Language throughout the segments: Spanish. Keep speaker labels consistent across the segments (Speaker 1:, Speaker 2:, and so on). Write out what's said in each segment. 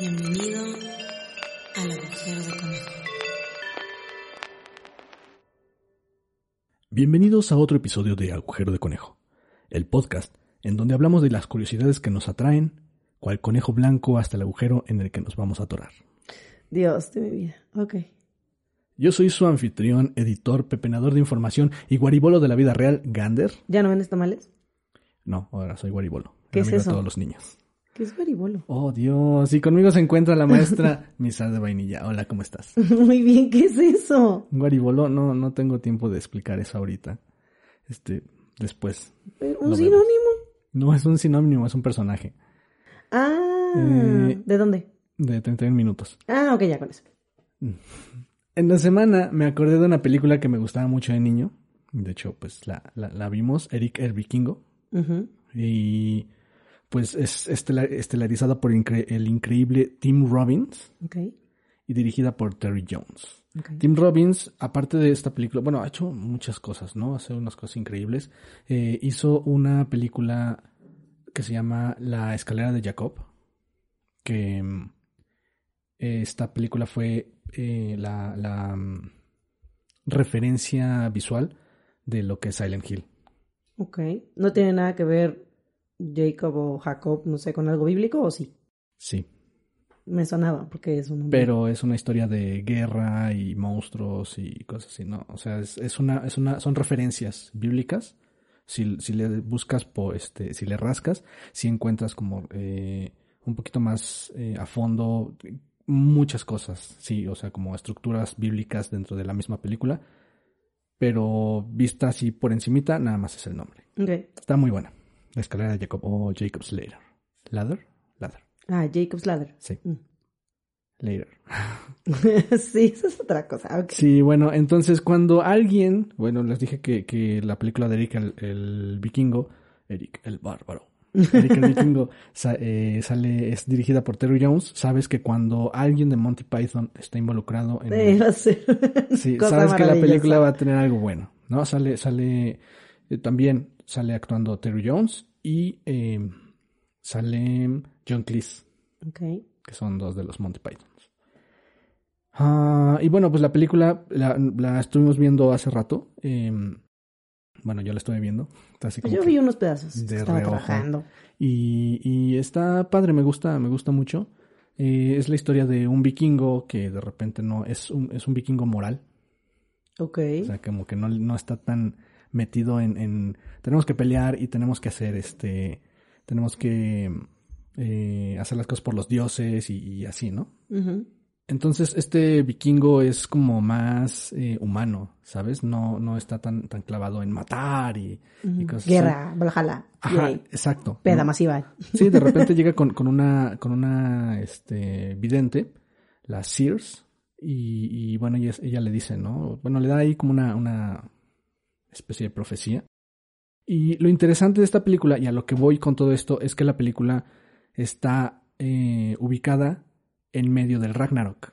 Speaker 1: Bienvenido al agujero de conejo.
Speaker 2: Bienvenidos a otro episodio de Agujero de Conejo, el podcast en donde hablamos de las curiosidades que nos atraen, cual conejo blanco hasta el agujero en el que nos vamos a atorar.
Speaker 3: Dios de mi vida. Ok.
Speaker 2: Yo soy su anfitrión, editor, pepenador de información y guaribolo de la vida real, Gander.
Speaker 3: ¿Ya no vendes tamales?
Speaker 2: No, ahora soy guaribolo.
Speaker 3: ¿Qué
Speaker 2: el
Speaker 3: es
Speaker 2: amigo de
Speaker 3: eso?
Speaker 2: todos los niños.
Speaker 3: Que es guaribolo.
Speaker 2: Oh, Dios. Y conmigo se encuentra la maestra Misal de Vainilla. Hola, ¿cómo estás?
Speaker 3: Muy bien, ¿qué es eso?
Speaker 2: Guaribolo, no, no tengo tiempo de explicar eso ahorita. Este, después.
Speaker 3: Pero
Speaker 2: No
Speaker 3: ¿Un sinónimo?
Speaker 2: No es un sinónimo, es un personaje
Speaker 3: Ah,
Speaker 2: Eh,
Speaker 3: ¿de dónde?
Speaker 2: de 31 minutos.
Speaker 3: Ah, ok, ya con eso.
Speaker 2: En la semana me acordé de una película que me gustaba mucho de niño. De hecho, pues la, la, la vimos, Eric el Vikingo.
Speaker 3: Ujú.
Speaker 2: Y pues es estela- estelarizada por incre- el increíble Tim Robbins
Speaker 3: Ok,
Speaker 2: y dirigida por Terry Jones.
Speaker 3: ok.
Speaker 2: Tim Robbins, aparte de esta película, bueno, ha hecho muchas cosas, ¿no? Hace unas cosas increíbles. Eh, hizo una película que se llama La escalera de Jacob, que mm, eh, esta película fue eh, la, la, mm, referencia visual de lo que es Silent Hill.
Speaker 3: Ok. ¿No tiene nada que ver Jacob o Jacob, no sé, con algo bíblico o sí?
Speaker 2: Sí,
Speaker 3: Me sonaba porque es un nombre.
Speaker 2: pero es una historia de guerra y monstruos y cosas así, ¿no? O sea, es, es una, es una, son referencias bíblicas. Si, si le buscas, po, este, si le rascas, si encuentras como eh, un poquito más eh, a fondo muchas cosas, sí, o sea, como estructuras bíblicas dentro de la misma película, pero vista así por encimita, nada más es el nombre.
Speaker 3: Ok.
Speaker 2: Está muy buena. La escalera de Jacob o Jacob's Ladder. ¿Ladder? Ladder.
Speaker 3: Ah, Jacob's Ladder.
Speaker 2: Sí.
Speaker 3: Mm.
Speaker 2: Ladder.
Speaker 3: sí, esa es otra cosa. Ok.
Speaker 2: Sí, bueno, entonces cuando alguien, bueno, les dije que, que la película de Eric el, el vikingo, Eric el bárbaro, Eric el vikingo sa- eh, sale, es dirigida por Terry Jones, sabes que cuando alguien de Monty Python está involucrado en...
Speaker 3: Sí, va a ser
Speaker 2: sí,
Speaker 3: cosa
Speaker 2: sabes que la
Speaker 3: maravillosa.
Speaker 2: película va a tener algo bueno, ¿no? Sale, sale, eh, también sale actuando Terry Jones y eh, sale John Cleese
Speaker 3: Ok.
Speaker 2: que son dos de los Monty Pythons. Ah, y bueno, pues la película la, la estuvimos viendo hace rato. eh, bueno, yo la estuve viendo. así como
Speaker 3: Pues Yo
Speaker 2: que-
Speaker 3: vi unos pedazos.
Speaker 2: de
Speaker 3: Estaba
Speaker 2: reojo.
Speaker 3: trabajando.
Speaker 2: y, y está padre, me gusta, me gusta mucho. Eh, es la historia de un vikingo que de repente no es un, es un vikingo moral.
Speaker 3: Ok.
Speaker 2: O sea, como que no, no está tan metido en, en, Tenemos que pelear y tenemos que hacer este. Tenemos que eh, hacer las cosas por los dioses y- y así, ¿no?
Speaker 3: Ujú.
Speaker 2: Entonces, este vikingo es como más eh, humano, ¿sabes? No, no está tan, tan clavado en matar y, y cosas así.
Speaker 3: Guerra, Valhalla.
Speaker 2: Ajá,
Speaker 3: yay.
Speaker 2: exacto.
Speaker 3: Peda
Speaker 2: No-
Speaker 3: masiva.
Speaker 2: Sí, de repente llega con, con una, con una este, vidente, la Sears, y, y bueno, ella, ella le dice, ¿no? Bueno, le da ahí como una, una especie de profecía. Y lo interesante de esta película, y a lo que voy con todo esto, es que la película está eh, ubicada en medio del Ragnarok.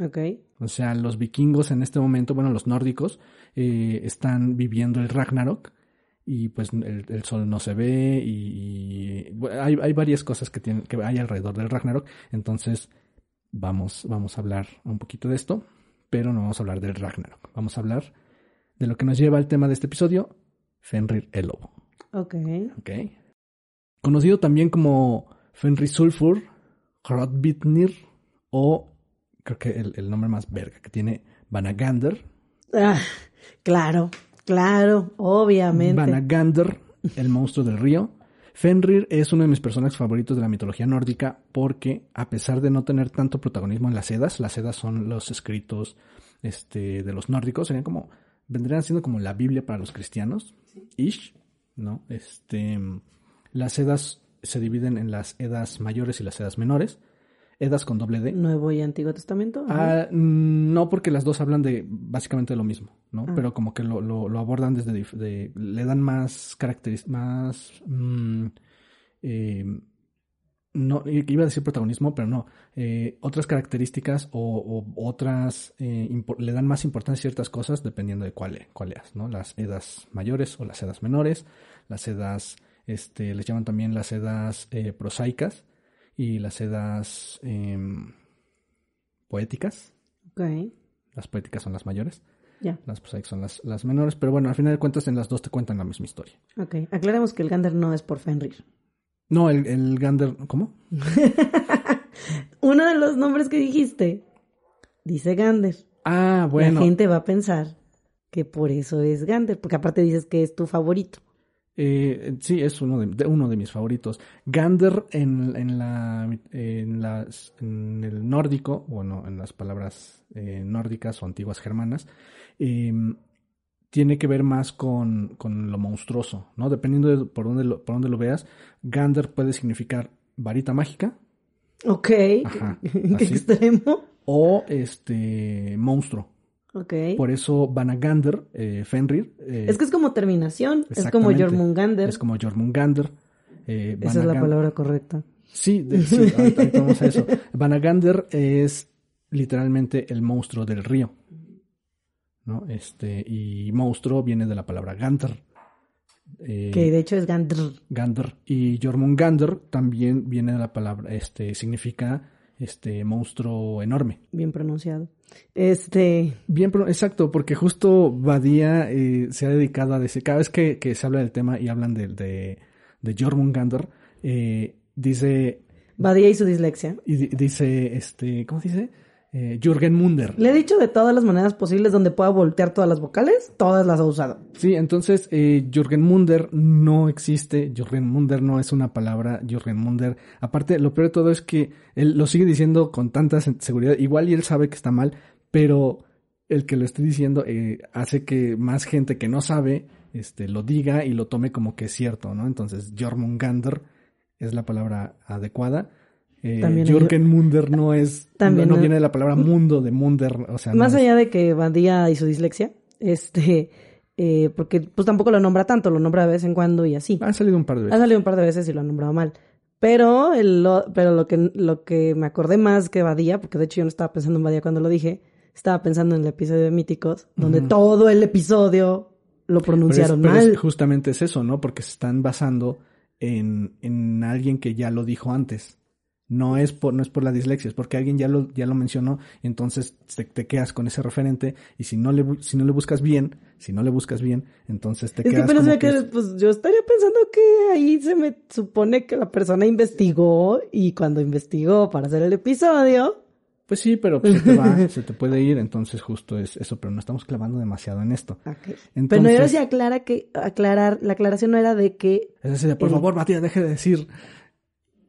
Speaker 3: Ok.
Speaker 2: O sea, los vikingos en este momento, bueno, los nórdicos, eh, están viviendo el Ragnarok y pues el, el sol no se ve y, y, bueno, hay, hay varias cosas que, tienen, que hay alrededor del Ragnarok. Entonces, vamos, vamos a hablar un poquito de esto, pero no vamos a hablar del Ragnarok. Vamos a hablar de lo que nos lleva al tema de este episodio, Fenrir el Lobo.
Speaker 3: Ok.
Speaker 2: ¿ok? Conocido también como Fenrir Sulfur, Hrodvitnir o creo que el, el nombre más verga que tiene Vanagander.
Speaker 3: Ah, claro, claro, obviamente.
Speaker 2: Vanagander, el monstruo del río. Fenrir es uno de mis personajes favoritos de la mitología nórdica porque a pesar de no tener tanto protagonismo en las sedas, las sedas son los escritos este, de los nórdicos, serían como vendrían siendo como la Biblia para los cristianos, ish, ¿no? Este, las edas se dividen en las edas mayores y las edas menores, edas con doble D.
Speaker 3: Nuevo y Antiguo Testamento. ajá.
Speaker 2: Ah, no, porque las dos hablan de básicamente lo mismo, ¿no?
Speaker 3: Ah.
Speaker 2: Pero como que lo, lo, lo abordan desde... dif- de- le dan más características, más... mm, eh, no, i- iba a decir protagonismo, pero no. eh, otras características o, o otras... eh, impo- le dan más importancia a ciertas cosas dependiendo de cuál, e- cuál es, ¿no? Las edas mayores o las edas menores, las edas... Este, les llaman también las edas eh, prosaicas, y las edades em, poéticas.
Speaker 3: Ok,
Speaker 2: Las poéticas son las mayores,
Speaker 3: ya.
Speaker 2: las prosaicas son las, las menores, pero bueno, al final de cuentas en las dos te cuentan la misma historia.
Speaker 3: Ok, aclaremos que el Gander no es por Fenrir.
Speaker 2: No, el, el Gander, ¿cómo?
Speaker 3: Uno de los nombres que dijiste dice Gander.
Speaker 2: Ah, bueno.
Speaker 3: La gente va a pensar que por eso es Gander, porque aparte dices que es tu favorito.
Speaker 2: Eh, sí, es uno de, de- uno de mis favoritos. Gander en, en, la, en, las- en el nórdico, bueno, en las palabras eh, nórdicas o antiguas germanas, eh, tiene que ver más con, con lo monstruoso, ¿no? Dependiendo de por dónde lo, por dónde lo veas, Gander puede significar varita mágica
Speaker 3: Ok,
Speaker 2: Ajá,
Speaker 3: ¿qué
Speaker 2: así.
Speaker 3: extremo?
Speaker 2: o este monstruo.
Speaker 3: Ok.
Speaker 2: Por eso Vanagander, eh, Fenrir, eh,
Speaker 3: es que es como terminación, es como
Speaker 2: exactamente.
Speaker 3: Jormungander.
Speaker 2: es como Jormungander. eh,
Speaker 3: Esa es la
Speaker 2: Vanagan-
Speaker 3: palabra correcta.
Speaker 2: Sí, de- sí, ahorita, ahorita vamos a eso. Vanagander es literalmente el monstruo del río. ¿No? Este, y monstruo viene de la palabra Gander. Eh,
Speaker 3: Que de hecho es Gander.
Speaker 2: Gander. Y Jormungander también viene de la palabra, este, significa este monstruo enorme.
Speaker 3: Bien pronunciado. Este.
Speaker 2: Bien, pero- exacto, porque justo Badía eh, se ha dedicado a decir, cada vez que, que se habla del tema y hablan de, de, de Jormungander, eh, dice
Speaker 3: Badía y su dislexia.
Speaker 2: Y di- dice, este, ¿cómo se dice? Eh, Jürgen Munder.
Speaker 3: Le he dicho de todas las maneras posibles donde pueda voltear todas las vocales, todas las ha usado.
Speaker 2: Sí, entonces eh, Jürgen Munder no existe, Jürgen Munder no es una palabra, Jürgen Munder. Aparte, lo peor de todo es que él lo sigue diciendo con tanta se- seguridad, igual y él sabe que está mal, pero el que lo esté diciendo eh, hace que más gente que no sabe este, lo diga y lo tome como que es cierto, ¿no? Entonces, Jormungander es la palabra adecuada. Eh,
Speaker 3: También hay-
Speaker 2: Jürgen Munder no es,
Speaker 3: También
Speaker 2: no, no
Speaker 3: hay-
Speaker 2: viene de la palabra mundo de Munder, o sea, no
Speaker 3: Más
Speaker 2: es-
Speaker 3: allá de que Badía y su dislexia, este, eh, porque pues tampoco lo nombra tanto, lo nombra de vez en cuando y así.
Speaker 2: Han salido un par
Speaker 3: Ha
Speaker 2: de veces.
Speaker 3: salido un par de veces y lo han nombrado mal. Pero, el, lo, pero lo, que, lo que me acordé más que Badía, porque de hecho yo no estaba pensando en Badía cuando lo dije, estaba pensando en el episodio de Míticos, donde
Speaker 2: Ujú.
Speaker 3: todo el episodio lo
Speaker 2: Pero es-
Speaker 3: pronunciaron
Speaker 2: pero es-
Speaker 3: mal.
Speaker 2: justamente es eso, ¿no? Porque se están basando en, en alguien que ya lo dijo antes. No es por, no es por la dislexia, es porque alguien ya lo, ya lo mencionó, entonces te, te quedas con ese referente, y si no le bu- si no le buscas bien, si no le buscas bien, entonces te
Speaker 3: Es que
Speaker 2: quedas
Speaker 3: apenas
Speaker 2: como
Speaker 3: me
Speaker 2: que
Speaker 3: quedé,
Speaker 2: es-
Speaker 3: pues yo estaría pensando que ahí se me supone que la persona investigó y cuando investigó para hacer el episodio,
Speaker 2: Pues sí, pero pues, se te va, se te puede ir, entonces justo es eso, pero no estamos clavando demasiado en esto.
Speaker 3: Ok. Pero no
Speaker 2: Entonces,
Speaker 3: era si aclara que aclarar, la aclaración no era de que
Speaker 2: es así de, por
Speaker 3: el-
Speaker 2: favor, Matías, deje de decir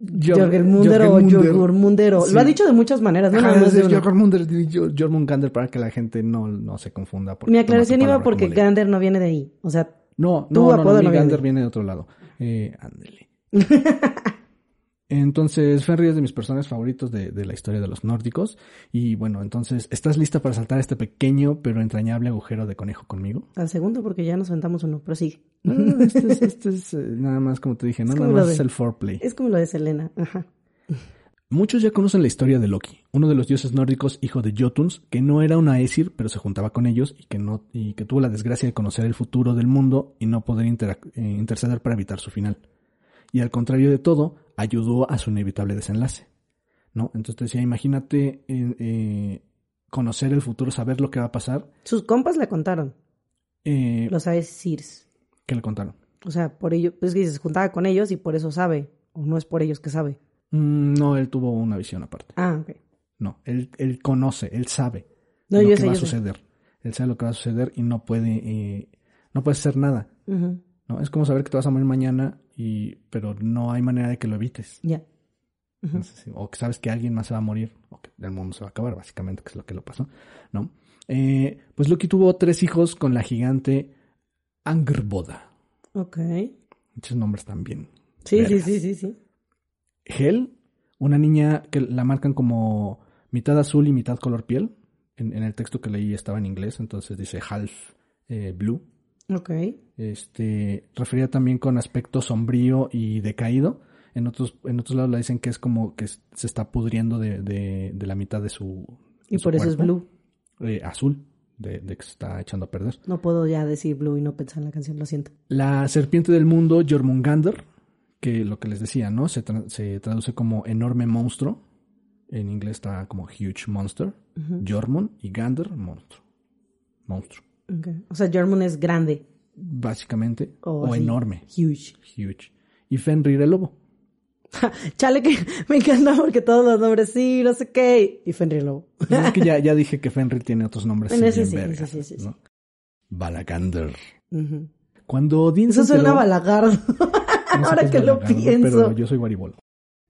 Speaker 2: Jor-
Speaker 3: Jorgen Munder o
Speaker 2: Jorgen Munder.
Speaker 3: Jorgen Munder o-
Speaker 2: Sí.
Speaker 3: Lo ha dicho de muchas maneras, no
Speaker 2: Ajá,
Speaker 3: nada más de
Speaker 2: es
Speaker 3: una.
Speaker 2: Jormungander, Jor- Jormungander, para que la gente no, no se confunda. porque
Speaker 3: Mi
Speaker 2: toma tu
Speaker 3: aclaración iba
Speaker 2: palabra
Speaker 3: porque
Speaker 2: como ley.
Speaker 3: Gander no viene de ahí. O sea,
Speaker 2: No,
Speaker 3: tu
Speaker 2: no, no, no,
Speaker 3: apodo
Speaker 2: mi
Speaker 3: no viene
Speaker 2: Gander
Speaker 3: de-
Speaker 2: viene de otro lado. Eh, ándele. Entonces, Fenrir es de mis personajes favoritos de, de la historia de los nórdicos. Y bueno, entonces, ¿estás lista para saltar este pequeño pero entrañable agujero de conejo conmigo?
Speaker 3: al segundo porque ya nos aventamos uno, pero sí.
Speaker 2: Ah, este es, este es, eh, nada más, como te dije, ¿no?
Speaker 3: Es
Speaker 2: nada
Speaker 3: como lo
Speaker 2: más
Speaker 3: de-
Speaker 2: es el foreplay.
Speaker 3: Es como lo de Selena. Ajá.
Speaker 2: Muchos ya conocen la historia de Loki, uno de los dioses nórdicos hijo de Jotuns, que no era un Aesir, pero se juntaba con ellos y que, no, y que tuvo la desgracia de conocer el futuro del mundo y no poder interac- eh, interceder para evitar su final. Y al contrario de todo, ayudó a su inevitable desenlace. ¿no? Entonces te decía, imagínate eh, eh, conocer el futuro, saber lo que va a pasar.
Speaker 3: Sus compas le contaron,
Speaker 2: Eh,
Speaker 3: los Aesirs.
Speaker 2: ¿Qué le contaron?
Speaker 3: O sea, por ello, es que se juntaba con ellos y por eso sabe. O no es por ellos que sabe.
Speaker 2: Mm, no, él tuvo una visión aparte.
Speaker 3: Ah, ok.
Speaker 2: No, él, él conoce, él sabe.
Speaker 3: No,
Speaker 2: lo
Speaker 3: yo
Speaker 2: que
Speaker 3: sé,
Speaker 2: va a
Speaker 3: yo sé.
Speaker 2: suceder. Él sabe lo que va a suceder y no puede, eh, no puede hacer nada.
Speaker 3: Ujú,
Speaker 2: ¿no? Es como saber que te vas a morir mañana, y, pero no hay manera de que lo evites.
Speaker 3: Ya. Ujú.
Speaker 2: Entonces, sí, o que sabes que alguien más se va a morir, o que el mundo se va a acabar, básicamente, que es lo que lo pasó, ¿no? Eh, pues Loki tuvo tres hijos con la gigante Angerboda.
Speaker 3: Ok.
Speaker 2: Muchos nombres también.
Speaker 3: Sí, sí,
Speaker 2: Vergas.
Speaker 3: sí, sí, sí.
Speaker 2: Hel, una niña que la marcan como mitad azul y mitad color piel. En, en el texto que leí estaba en inglés, entonces dice half eh, blue.
Speaker 3: Ok.
Speaker 2: este, refería también con aspecto sombrío y decaído. En otros, en otros lados la dicen que es como que s- se está pudriendo de, de- de la mitad de su. de
Speaker 3: Y
Speaker 2: su
Speaker 3: por eso es
Speaker 2: cuerpo.
Speaker 3: Blue.
Speaker 2: Eh, azul, de, de que se está echando a perder.
Speaker 3: No puedo ya decir Blue y no pensar en la canción, lo siento.
Speaker 2: La serpiente del mundo, Jormungander, que lo que les decía, ¿no? Se, tra- se traduce como enorme monstruo. En inglés está como huge monster.
Speaker 3: Ujú.
Speaker 2: Jormund y Gander, monstruo. Monstruo.
Speaker 3: Ok. O sea, Jormun es grande.
Speaker 2: Básicamente.
Speaker 3: O
Speaker 2: o
Speaker 3: así.
Speaker 2: enorme.
Speaker 3: Huge.
Speaker 2: Huge. Y Fenrir el lobo.
Speaker 3: Chale, que me encanta porque todos los nombres sí, no sé qué. Y Fenrir Lobo.
Speaker 2: Es que ya, ya dije que Fenrir tiene otros nombres.
Speaker 3: Bueno, ese
Speaker 2: sí, bien
Speaker 3: sí,
Speaker 2: vergas,
Speaker 3: ese sí, ese sí.
Speaker 2: ¿no? Balagander.
Speaker 3: Ujú.
Speaker 2: Cuando Odín se
Speaker 3: Eso suena
Speaker 2: enteró-
Speaker 3: balagardo.
Speaker 2: no sé
Speaker 3: ahora
Speaker 2: qué es
Speaker 3: que lo
Speaker 2: Balagander,
Speaker 3: pienso.
Speaker 2: Pero yo soy guaribol.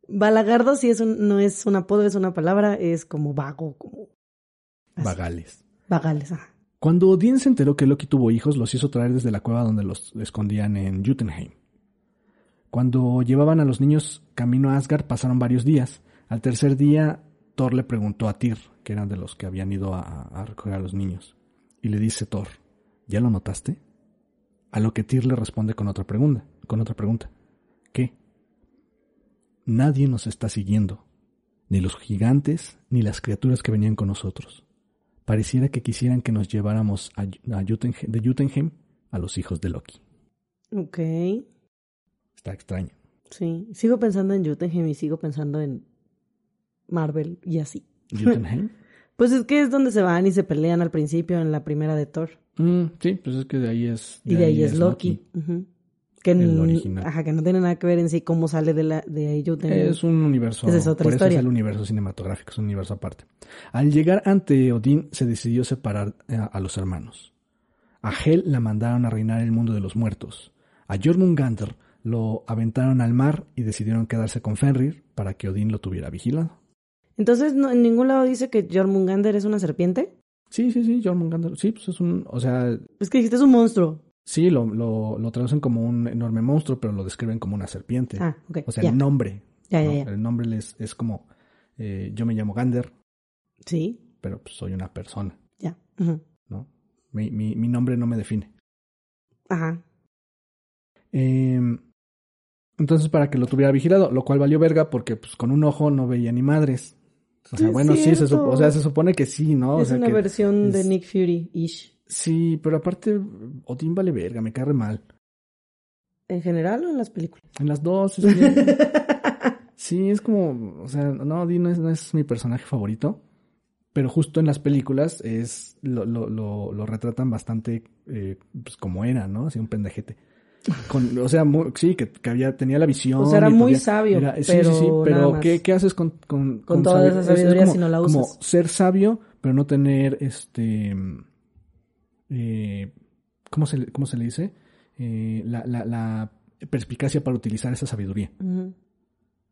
Speaker 3: Balagardo sí es un, no es un apodo, es una palabra, es como vago, como Así.
Speaker 2: Vagales.
Speaker 3: vagales. ajá.
Speaker 2: Cuando Odín se enteró que Loki tuvo hijos, los hizo traer desde la cueva donde los escondían en Jotunheim. Cuando llevaban a los niños camino a Asgard pasaron varios días. Al tercer día, Thor le preguntó a Tyr, que eran de los que habían ido a, a recoger a los niños, y le dice Thor, ¿ya lo notaste? A lo que Tyr le responde con otra pregunta, con otra pregunta. ¿Qué? Nadie nos está siguiendo, ni los gigantes, ni las criaturas que venían con nosotros pareciera que quisieran que nos lleváramos a, a Jotunheim- de Jotunheim a los hijos de Loki.
Speaker 3: Ok,
Speaker 2: Está extraño.
Speaker 3: sí. Sigo pensando en Jotunheim y sigo pensando en Marvel y así.
Speaker 2: ¿Jotunheim?
Speaker 3: Pues es que es donde se van y se pelean al principio en la primera de Thor.
Speaker 2: Mm, sí, pues es que de ahí es...
Speaker 3: Y de ahí es Loki. Ujú. Que,
Speaker 2: El
Speaker 3: n-
Speaker 2: original.
Speaker 3: Ajá, que no tiene nada que ver en sí cómo sale de, la, de ahí Jotunheim.
Speaker 2: Es un universo...
Speaker 3: Eh, Esa es otra
Speaker 2: por
Speaker 3: historia.
Speaker 2: eso es el universo cinematográfico, es un universo aparte. Al llegar ante Odín, se decidió separar eh, a, los hermanos. A Hel la mandaron a reinar el mundo de los muertos. A Jormungandr lo aventaron al mar y decidieron quedarse con Fenrir para que Odín lo tuviera vigilado.
Speaker 3: Entonces, no- en ningún lado dice que Jormungander es una serpiente.
Speaker 2: Sí, sí, sí, Jormungandr. Sí, pues es un... O sea,
Speaker 3: Es que dijiste es un monstruo.
Speaker 2: Sí, lo, lo, lo traducen como un enorme monstruo, pero lo describen como una serpiente.
Speaker 3: Ah, ok.
Speaker 2: o sea,
Speaker 3: ya.
Speaker 2: el nombre.
Speaker 3: ya,
Speaker 2: ¿no?
Speaker 3: ya, ya.
Speaker 2: El nombre es, es como, eh, yo me llamo Gander,
Speaker 3: Sí,
Speaker 2: pero pues, soy una persona,
Speaker 3: ya. Ujú.
Speaker 2: ¿no? Mi, mi, mi nombre no me define.
Speaker 3: Ajá.
Speaker 2: Eh, entonces, para que lo tuviera vigilado, lo cual valió verga porque pues con un ojo no veía ni madres. O sea,
Speaker 3: Sí,
Speaker 2: bueno, sí, se,
Speaker 3: cierto.
Speaker 2: supo- o sea, se supone que sí, ¿no? O
Speaker 3: es
Speaker 2: sea,
Speaker 3: una
Speaker 2: que,
Speaker 3: versión de
Speaker 2: es-
Speaker 3: Nick Fury-ish.
Speaker 2: Sí, pero aparte, Odín vale verga, me cae re mal.
Speaker 3: ¿En general o en las películas?
Speaker 2: En las dos. es que- sí, es como, o sea, no, Dino es, no es mi personaje favorito, pero justo en las películas es lo, lo, lo, lo retratan bastante eh, pues como era, ¿no? Así un pendejete. Con, o sea, mu- sí, que, que había, tenía la visión.
Speaker 3: O sea, era
Speaker 2: y
Speaker 3: muy
Speaker 2: podía-
Speaker 3: sabio,
Speaker 2: era-
Speaker 3: pero nada
Speaker 2: pero
Speaker 3: más.
Speaker 2: ¿qué, qué haces con, con,
Speaker 3: Con toda esa
Speaker 2: Es- es
Speaker 3: sabiduría
Speaker 2: como-
Speaker 3: si no la usas?
Speaker 2: Como ser sabio, pero no tener este... eh, ¿cómo, se, le- ¿Cómo se le dice? Eh, la, la, la perspicacia para utilizar esa sabiduría.
Speaker 3: Ujú.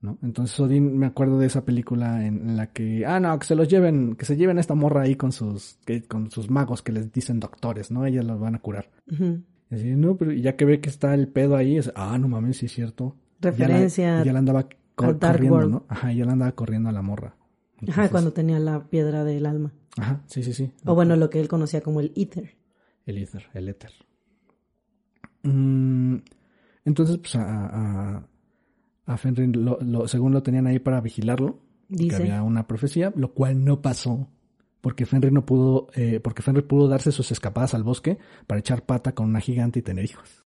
Speaker 2: ¿no? Entonces Odín, me acuerdo de esa película en, en la que, ah, no, que se los lleven, que se lleven a esta morra ahí con sus, que- con sus magos que les dicen doctores, ¿no? Ellas los van a curar.
Speaker 3: Ujú.
Speaker 2: Y así, no, pero y ya que ve que está el pedo ahí, es, ah, no mames, sí es cierto. Y ya la-
Speaker 3: Referencia
Speaker 2: y Ya la, andaba cor-
Speaker 3: al Dark
Speaker 2: corriendo,
Speaker 3: World.
Speaker 2: ¿no? Ajá, ya la andaba corriendo a la morra.
Speaker 3: Ajá,
Speaker 2: Entonces,
Speaker 3: cuando tenía la piedra del alma.
Speaker 2: Ajá, sí, sí, sí.
Speaker 3: O bueno, lo que él conocía como el Ether.
Speaker 2: El éter, el éter. Mm, entonces, pues a, a, a Fenrir, lo- lo- según lo tenían ahí para vigilarlo, que
Speaker 3: Dice.
Speaker 2: había una profecía, lo cual no pasó. Porque Fenrir no pudo, eh, porque Fenrir pudo darse sus escapadas al bosque para echar pata con una gigante y tener hijos.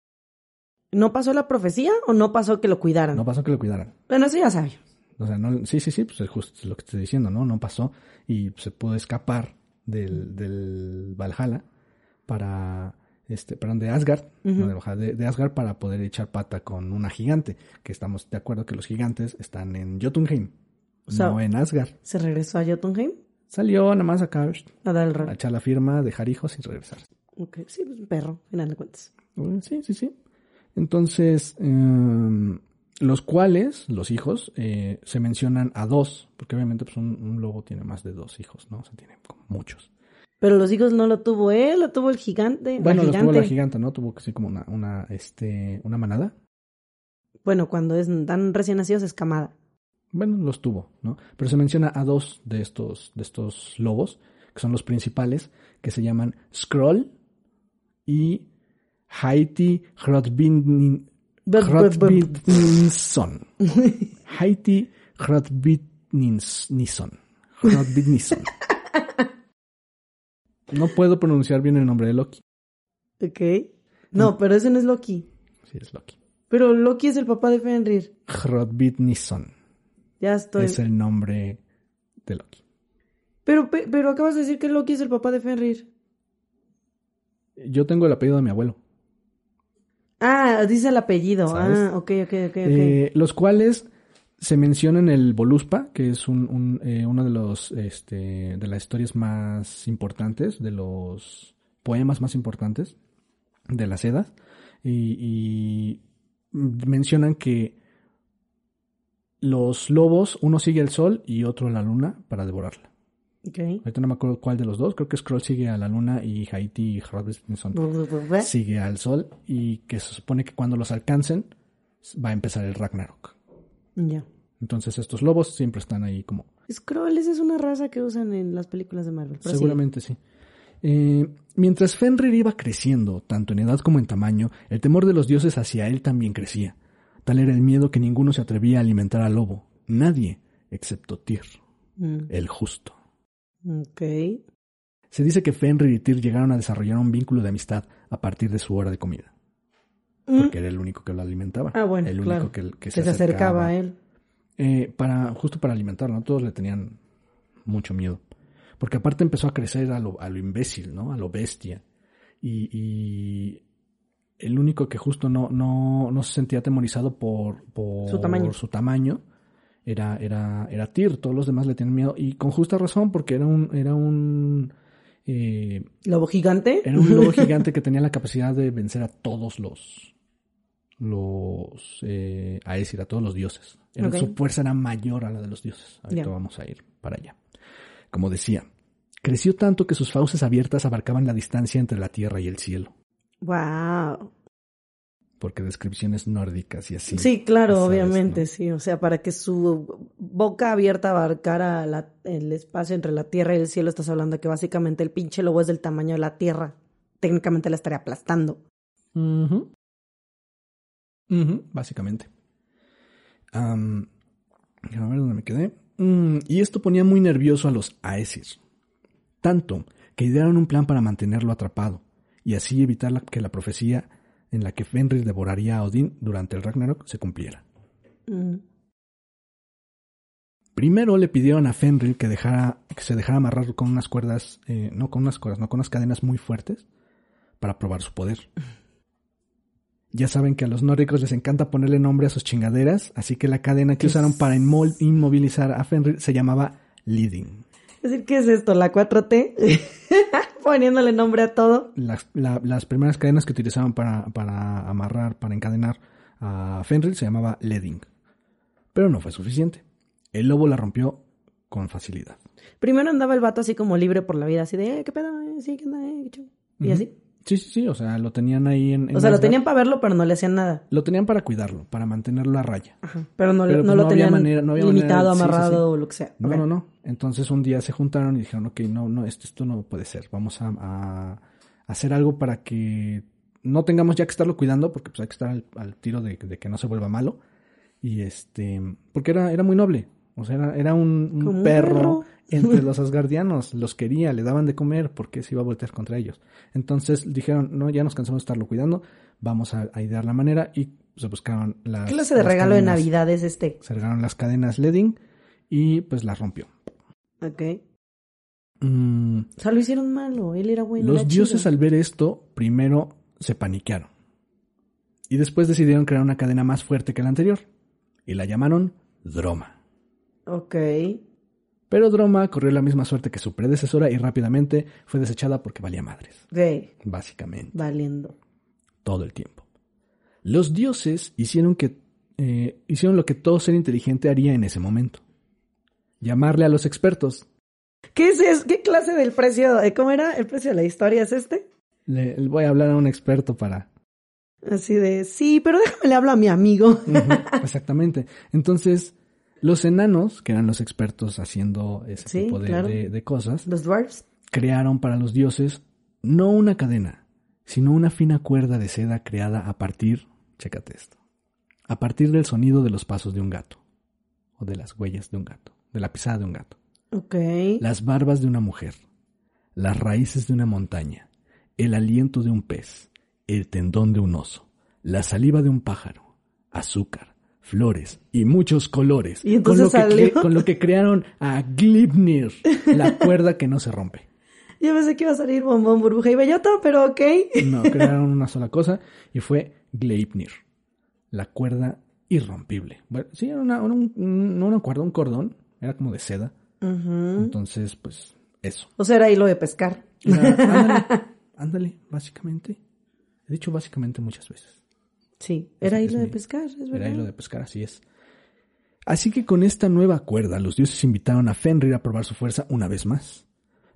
Speaker 3: ¿No pasó la profecía o no pasó que lo cuidaran?
Speaker 2: No pasó que lo cuidaran.
Speaker 3: Bueno, eso ya sabía.
Speaker 2: O sea, no, sí, sí, sí, pues es justo lo que estoy diciendo, ¿no? No pasó y se pudo escapar del, del Valhalla para, este, perdón, de Asgard,
Speaker 3: Ujú.
Speaker 2: no, de Valhalla, de, de Asgard para poder echar pata con una gigante, que estamos de acuerdo que los gigantes están en Jotunheim,
Speaker 3: O sea-
Speaker 2: no en Asgard.
Speaker 3: Se regresó a Jotunheim
Speaker 2: Salió nada más acá
Speaker 3: a dar el rol.
Speaker 2: a echar la firma, dejar hijos y regresar.
Speaker 3: Ok, Sí, pues un perro, al final de cuentas.
Speaker 2: Mm, Sí, sí, sí. Entonces, em, los cuales, los hijos, eh, se mencionan a dos, porque obviamente pues, un, un lobo tiene más de dos hijos, ¿no? O sea, tiene como muchos.
Speaker 3: Pero los hijos no lo tuvo él, lo tuvo el gigante. la
Speaker 2: Bueno, los tuvo la
Speaker 3: gigante.
Speaker 2: giganta, ¿no? Tuvo que sí como una, una, este, una manada.
Speaker 3: Bueno, cuando es tan recién nacidos es camada.
Speaker 2: Bueno, los tuvo, ¿no? Pero se menciona a dos de estos, de estos lobos, que son los principales, que se llaman Scroll y Haiti Hrodbin-
Speaker 3: Bub, bub, bub.
Speaker 2: Hrodbitninson. Haiti Hrodbitninson. Hrodbitninson. No puedo pronunciar bien el nombre de Loki.
Speaker 3: Ok. No, pero ese no es Loki.
Speaker 2: Sí, es Loki.
Speaker 3: Pero Loki es el papá de Fenrir.
Speaker 2: Hrodvig Nisson
Speaker 3: Ya estoy.
Speaker 2: es el nombre de Loki.
Speaker 3: Pero, pe- pero acabas de decir que Loki es el papá de Fenrir.
Speaker 2: Yo tengo el apellido de mi abuelo.
Speaker 3: Ah, dice el apellido.
Speaker 2: ¿Sabes?
Speaker 3: Ah, ok, ok, ok, ok.
Speaker 2: Eh, los cuales se mencionan en el Voluspa, que es un, un, eh, uno de los este, de las historias más importantes, de los poemas más importantes de las Edas, y, y mencionan que los lobos, uno sigue al sol y otro a la luna para devorarla.
Speaker 3: Ok.
Speaker 2: Ahorita no me acuerdo cuál de los dos, creo que Scroll sigue a la luna y Haiti y Harvey Stinson sigue al sol y que se supone que cuando los alcancen va a empezar el Ragnarok.
Speaker 3: Ya.
Speaker 2: Entonces estos lobos siempre están ahí como...
Speaker 3: Skrull, esa es una raza que usan en las películas de Marvel. pero sí.
Speaker 2: Seguramente sí. Eh, mientras Fenrir iba creciendo, tanto en edad como en tamaño, el temor de los dioses hacia él también crecía. Tal era el miedo que ninguno se atrevía a alimentar al lobo. Nadie, excepto Tyr,
Speaker 3: Mm,
Speaker 2: el justo.
Speaker 3: Ok.
Speaker 2: Se dice que Fenrir y Tyr llegaron a desarrollar un vínculo de amistad a partir de su hora de comida,
Speaker 3: Mm,
Speaker 2: porque era el único que lo alimentaba.
Speaker 3: Ah, bueno,
Speaker 2: el
Speaker 3: claro.
Speaker 2: único que, que
Speaker 3: que se, acercaba a él.
Speaker 2: eh, para, justo para alimentarlo, ¿no? Todos le tenían mucho miedo. Porque aparte empezó a crecer a lo, a lo imbécil, ¿no? A lo bestia. Y, y el único que justo no, no, no se sentía atemorizado por, por
Speaker 3: Su tamaño.
Speaker 2: su tamaño era, era, era Tyr. Todos los demás le tenían miedo. Y con justa razón, porque era un, era un, eh,
Speaker 3: ¿Lobo gigante?
Speaker 2: era un lobo gigante que tenía la capacidad de vencer a todos los. los. Eh, a Aesir, a todos los dioses. Era-
Speaker 3: Ok.
Speaker 2: Su fuerza era mayor a la de los dioses. Ahorita
Speaker 3: Ya.
Speaker 2: vamos a ir para allá. Como decía, creció tanto que sus fauces abiertas abarcaban la distancia entre la tierra y el cielo.
Speaker 3: wow.
Speaker 2: Porque descripciones nórdicas y así.
Speaker 3: Sí, claro,
Speaker 2: sabes,
Speaker 3: obviamente,
Speaker 2: ¿no?
Speaker 3: sí. O sea, para que su boca abierta abarcara la- el espacio entre la tierra y el cielo, estás hablando que básicamente el pinche lobo es del tamaño de la tierra. Técnicamente la estaría aplastando.
Speaker 2: Ujú. Ujú, básicamente. Am, a ver dónde me quedé. Mm, y esto ponía muy nervioso a los Aesir. Tanto que idearon un plan para mantenerlo atrapado y así evitar la- que la profecía en la que Fenrir devoraría a Odín durante el Ragnarok se cumpliera.
Speaker 3: Mm.
Speaker 2: Primero le pidieron a Fenrir que dejara, que se dejara amarrar con unas cuerdas, eh, no con unas cuerdas, no con unas cadenas muy fuertes para probar su poder. Ya saben que a los nórdicos les encanta ponerle nombre a sus chingaderas, así que la cadena que
Speaker 3: Pues-
Speaker 2: usaron para inmol- inmovilizar a Fenrir se llamaba Leading.
Speaker 3: Es decir, ¿qué es esto? ¿La 4T? Poniéndole nombre a todo.
Speaker 2: Las, la- las primeras cadenas que utilizaban para, para amarrar, para encadenar a Fenrir se llamaba Leading. Pero no fue suficiente. El lobo la rompió con facilidad.
Speaker 3: Primero andaba el vato así como libre por la vida, así de, eh, ¿qué pedo? eh? Sí, ¿qué onda? eh? ¿Qué show? Y
Speaker 2: Ujú.
Speaker 3: así.
Speaker 2: Sí, sí, sí, o sea, lo tenían ahí en... en
Speaker 3: O sea, lo
Speaker 2: Asgard.
Speaker 3: tenían para verlo, pero no le hacían nada.
Speaker 2: Lo tenían para cuidarlo, para mantenerlo a raya.
Speaker 3: Ajá. Pero no,
Speaker 2: Pero,
Speaker 3: no
Speaker 2: pues,
Speaker 3: lo
Speaker 2: no había
Speaker 3: tenían
Speaker 2: manera- no había manera-
Speaker 3: limitado,
Speaker 2: sí, sí, sí.
Speaker 3: amarrado o lo que sea.
Speaker 2: No,
Speaker 3: Ok.
Speaker 2: no, no. Entonces un día se juntaron y dijeron, ok, no, no, esto, esto no puede ser. Vamos a, a hacer algo para que no tengamos ya que estarlo cuidando, porque pues hay que estar al, al tiro de, de que no se vuelva malo. Y este, porque era, era muy noble. O sea, era, era un, un
Speaker 3: Como un
Speaker 2: perro,
Speaker 3: perro.
Speaker 2: entre los asgardianos. Los quería, le daban de comer porque se iba a voltear contra ellos. Entonces dijeron, no, ya nos cansamos de estarlo cuidando, vamos a, a idear la manera y pues, se buscaron las...
Speaker 3: ¿Qué clase de
Speaker 2: Ah, las
Speaker 3: regalo de
Speaker 2: cadenas.
Speaker 3: Navidad es este?
Speaker 2: Se regaron las cadenas Ledding y pues las rompió.
Speaker 3: Ok.
Speaker 2: Mm,
Speaker 3: O sea, lo hicieron malo. Él era bueno.
Speaker 2: los
Speaker 3: era
Speaker 2: dioses
Speaker 3: chido.
Speaker 2: al ver esto, primero se paniquearon. Y después decidieron crear una cadena más fuerte que la anterior. Y la llamaron Droma.
Speaker 3: Ok.
Speaker 2: Pero Droma corrió la misma suerte que su predecesora y rápidamente fue desechada porque valía madres.
Speaker 3: Ok.
Speaker 2: Básicamente,
Speaker 3: Valiendo.
Speaker 2: todo el tiempo. Los dioses hicieron, que, eh, hicieron lo que todo ser inteligente haría en ese momento. Llamarle a los expertos.
Speaker 3: ¿Qué es eso? ¿Qué clase del precio? eh, ¿Cómo era? ¿El precio de la historia es este?
Speaker 2: Le- le voy a hablar a un experto para,
Speaker 3: Así de, sí, pero déjame le hablo a mi amigo.
Speaker 2: Ujú, Exactamente. Entonces, los enanos, que eran los expertos haciendo ese
Speaker 3: Sí,
Speaker 2: tipo de,
Speaker 3: claro.
Speaker 2: de- de cosas,
Speaker 3: Los dwarfs.
Speaker 2: crearon para los dioses no una cadena, sino una fina cuerda de seda creada a partir, chécate esto, a partir del sonido de los pasos de un gato, o de las huellas de un gato, de la pisada de un gato,
Speaker 3: Ok.
Speaker 2: las barbas de una mujer, las raíces de una montaña, el aliento de un pez, el tendón de un oso, la saliva de un pájaro, azúcar, flores y muchos colores.
Speaker 3: Y
Speaker 2: con, lo
Speaker 3: entonces
Speaker 2: que
Speaker 3: salió.
Speaker 2: cre- con lo que crearon a Glibnir, la cuerda que no se rompe.
Speaker 3: Yo pensé que iba a salir bombón, burbuja y bellota, pero ok.
Speaker 2: No, crearon una sola cosa y fue Gleipnir, la cuerda irrompible. Bueno, sí, era una, era un, un- no era un cuerda, un cordón, era como de seda.
Speaker 3: Ujú.
Speaker 2: Entonces, pues, eso.
Speaker 3: O sea, era hilo de pescar.
Speaker 2: Era, ándale, ándale, básicamente. He dicho básicamente muchas veces.
Speaker 3: Sí, era
Speaker 2: Ese
Speaker 3: hilo
Speaker 2: es
Speaker 3: de
Speaker 2: mi-
Speaker 3: pescar, es verdad.
Speaker 2: Era hilo de pescar, así es. Así que con esta nueva cuerda, los dioses invitaron a Fenrir a probar su fuerza una vez más.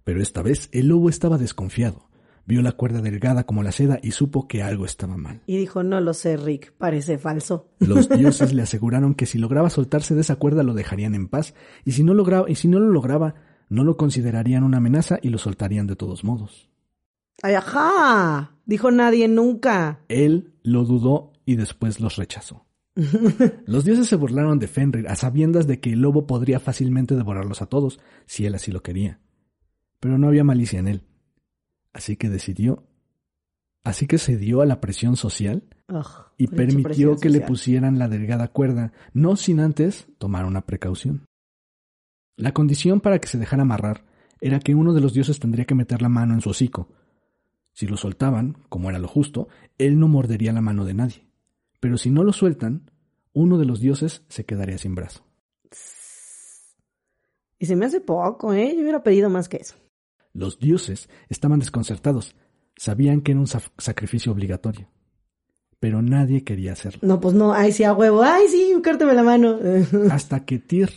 Speaker 2: Pero esta vez el lobo estaba desconfiado. Vio la cuerda delgada como la seda y supo que algo estaba mal.
Speaker 3: Y dijo, no lo sé, Rick, parece falso.
Speaker 2: Los dioses le aseguraron que si lograba soltarse de esa cuerda lo dejarían en paz, y si no lograba, y si no lo lograba, no lo considerarían una amenaza y lo soltarían de todos modos.
Speaker 3: Ay, ajá, dijo nadie nunca.
Speaker 2: Él lo dudó y después los rechazó. Los dioses se burlaron de Fenrir a sabiendas de que el lobo podría fácilmente devorarlos a todos, si él así lo quería. Pero no había malicia en él. Así que decidió. Así que cedió a la presión social
Speaker 3: Ugh,
Speaker 2: y
Speaker 3: pinche
Speaker 2: permitió
Speaker 3: presión
Speaker 2: que le
Speaker 3: social.
Speaker 2: pusieran la delgada cuerda, no sin antes tomar una precaución. La condición para que se dejara amarrar era que uno de los dioses tendría que meter la mano en su hocico. Si lo soltaban, como era lo justo, él no mordería la mano de nadie. Pero si no lo sueltan, uno de los dioses se quedaría sin brazo.
Speaker 3: Y se me hace poco, ¿eh? Yo hubiera pedido más que eso.
Speaker 2: Los dioses estaban desconcertados, sabían que era un saf- sacrificio obligatorio. Pero nadie quería hacerlo.
Speaker 3: No, pues no, ay, sí, a huevo, ay, sí, córteme la mano.
Speaker 2: hasta que Tyr,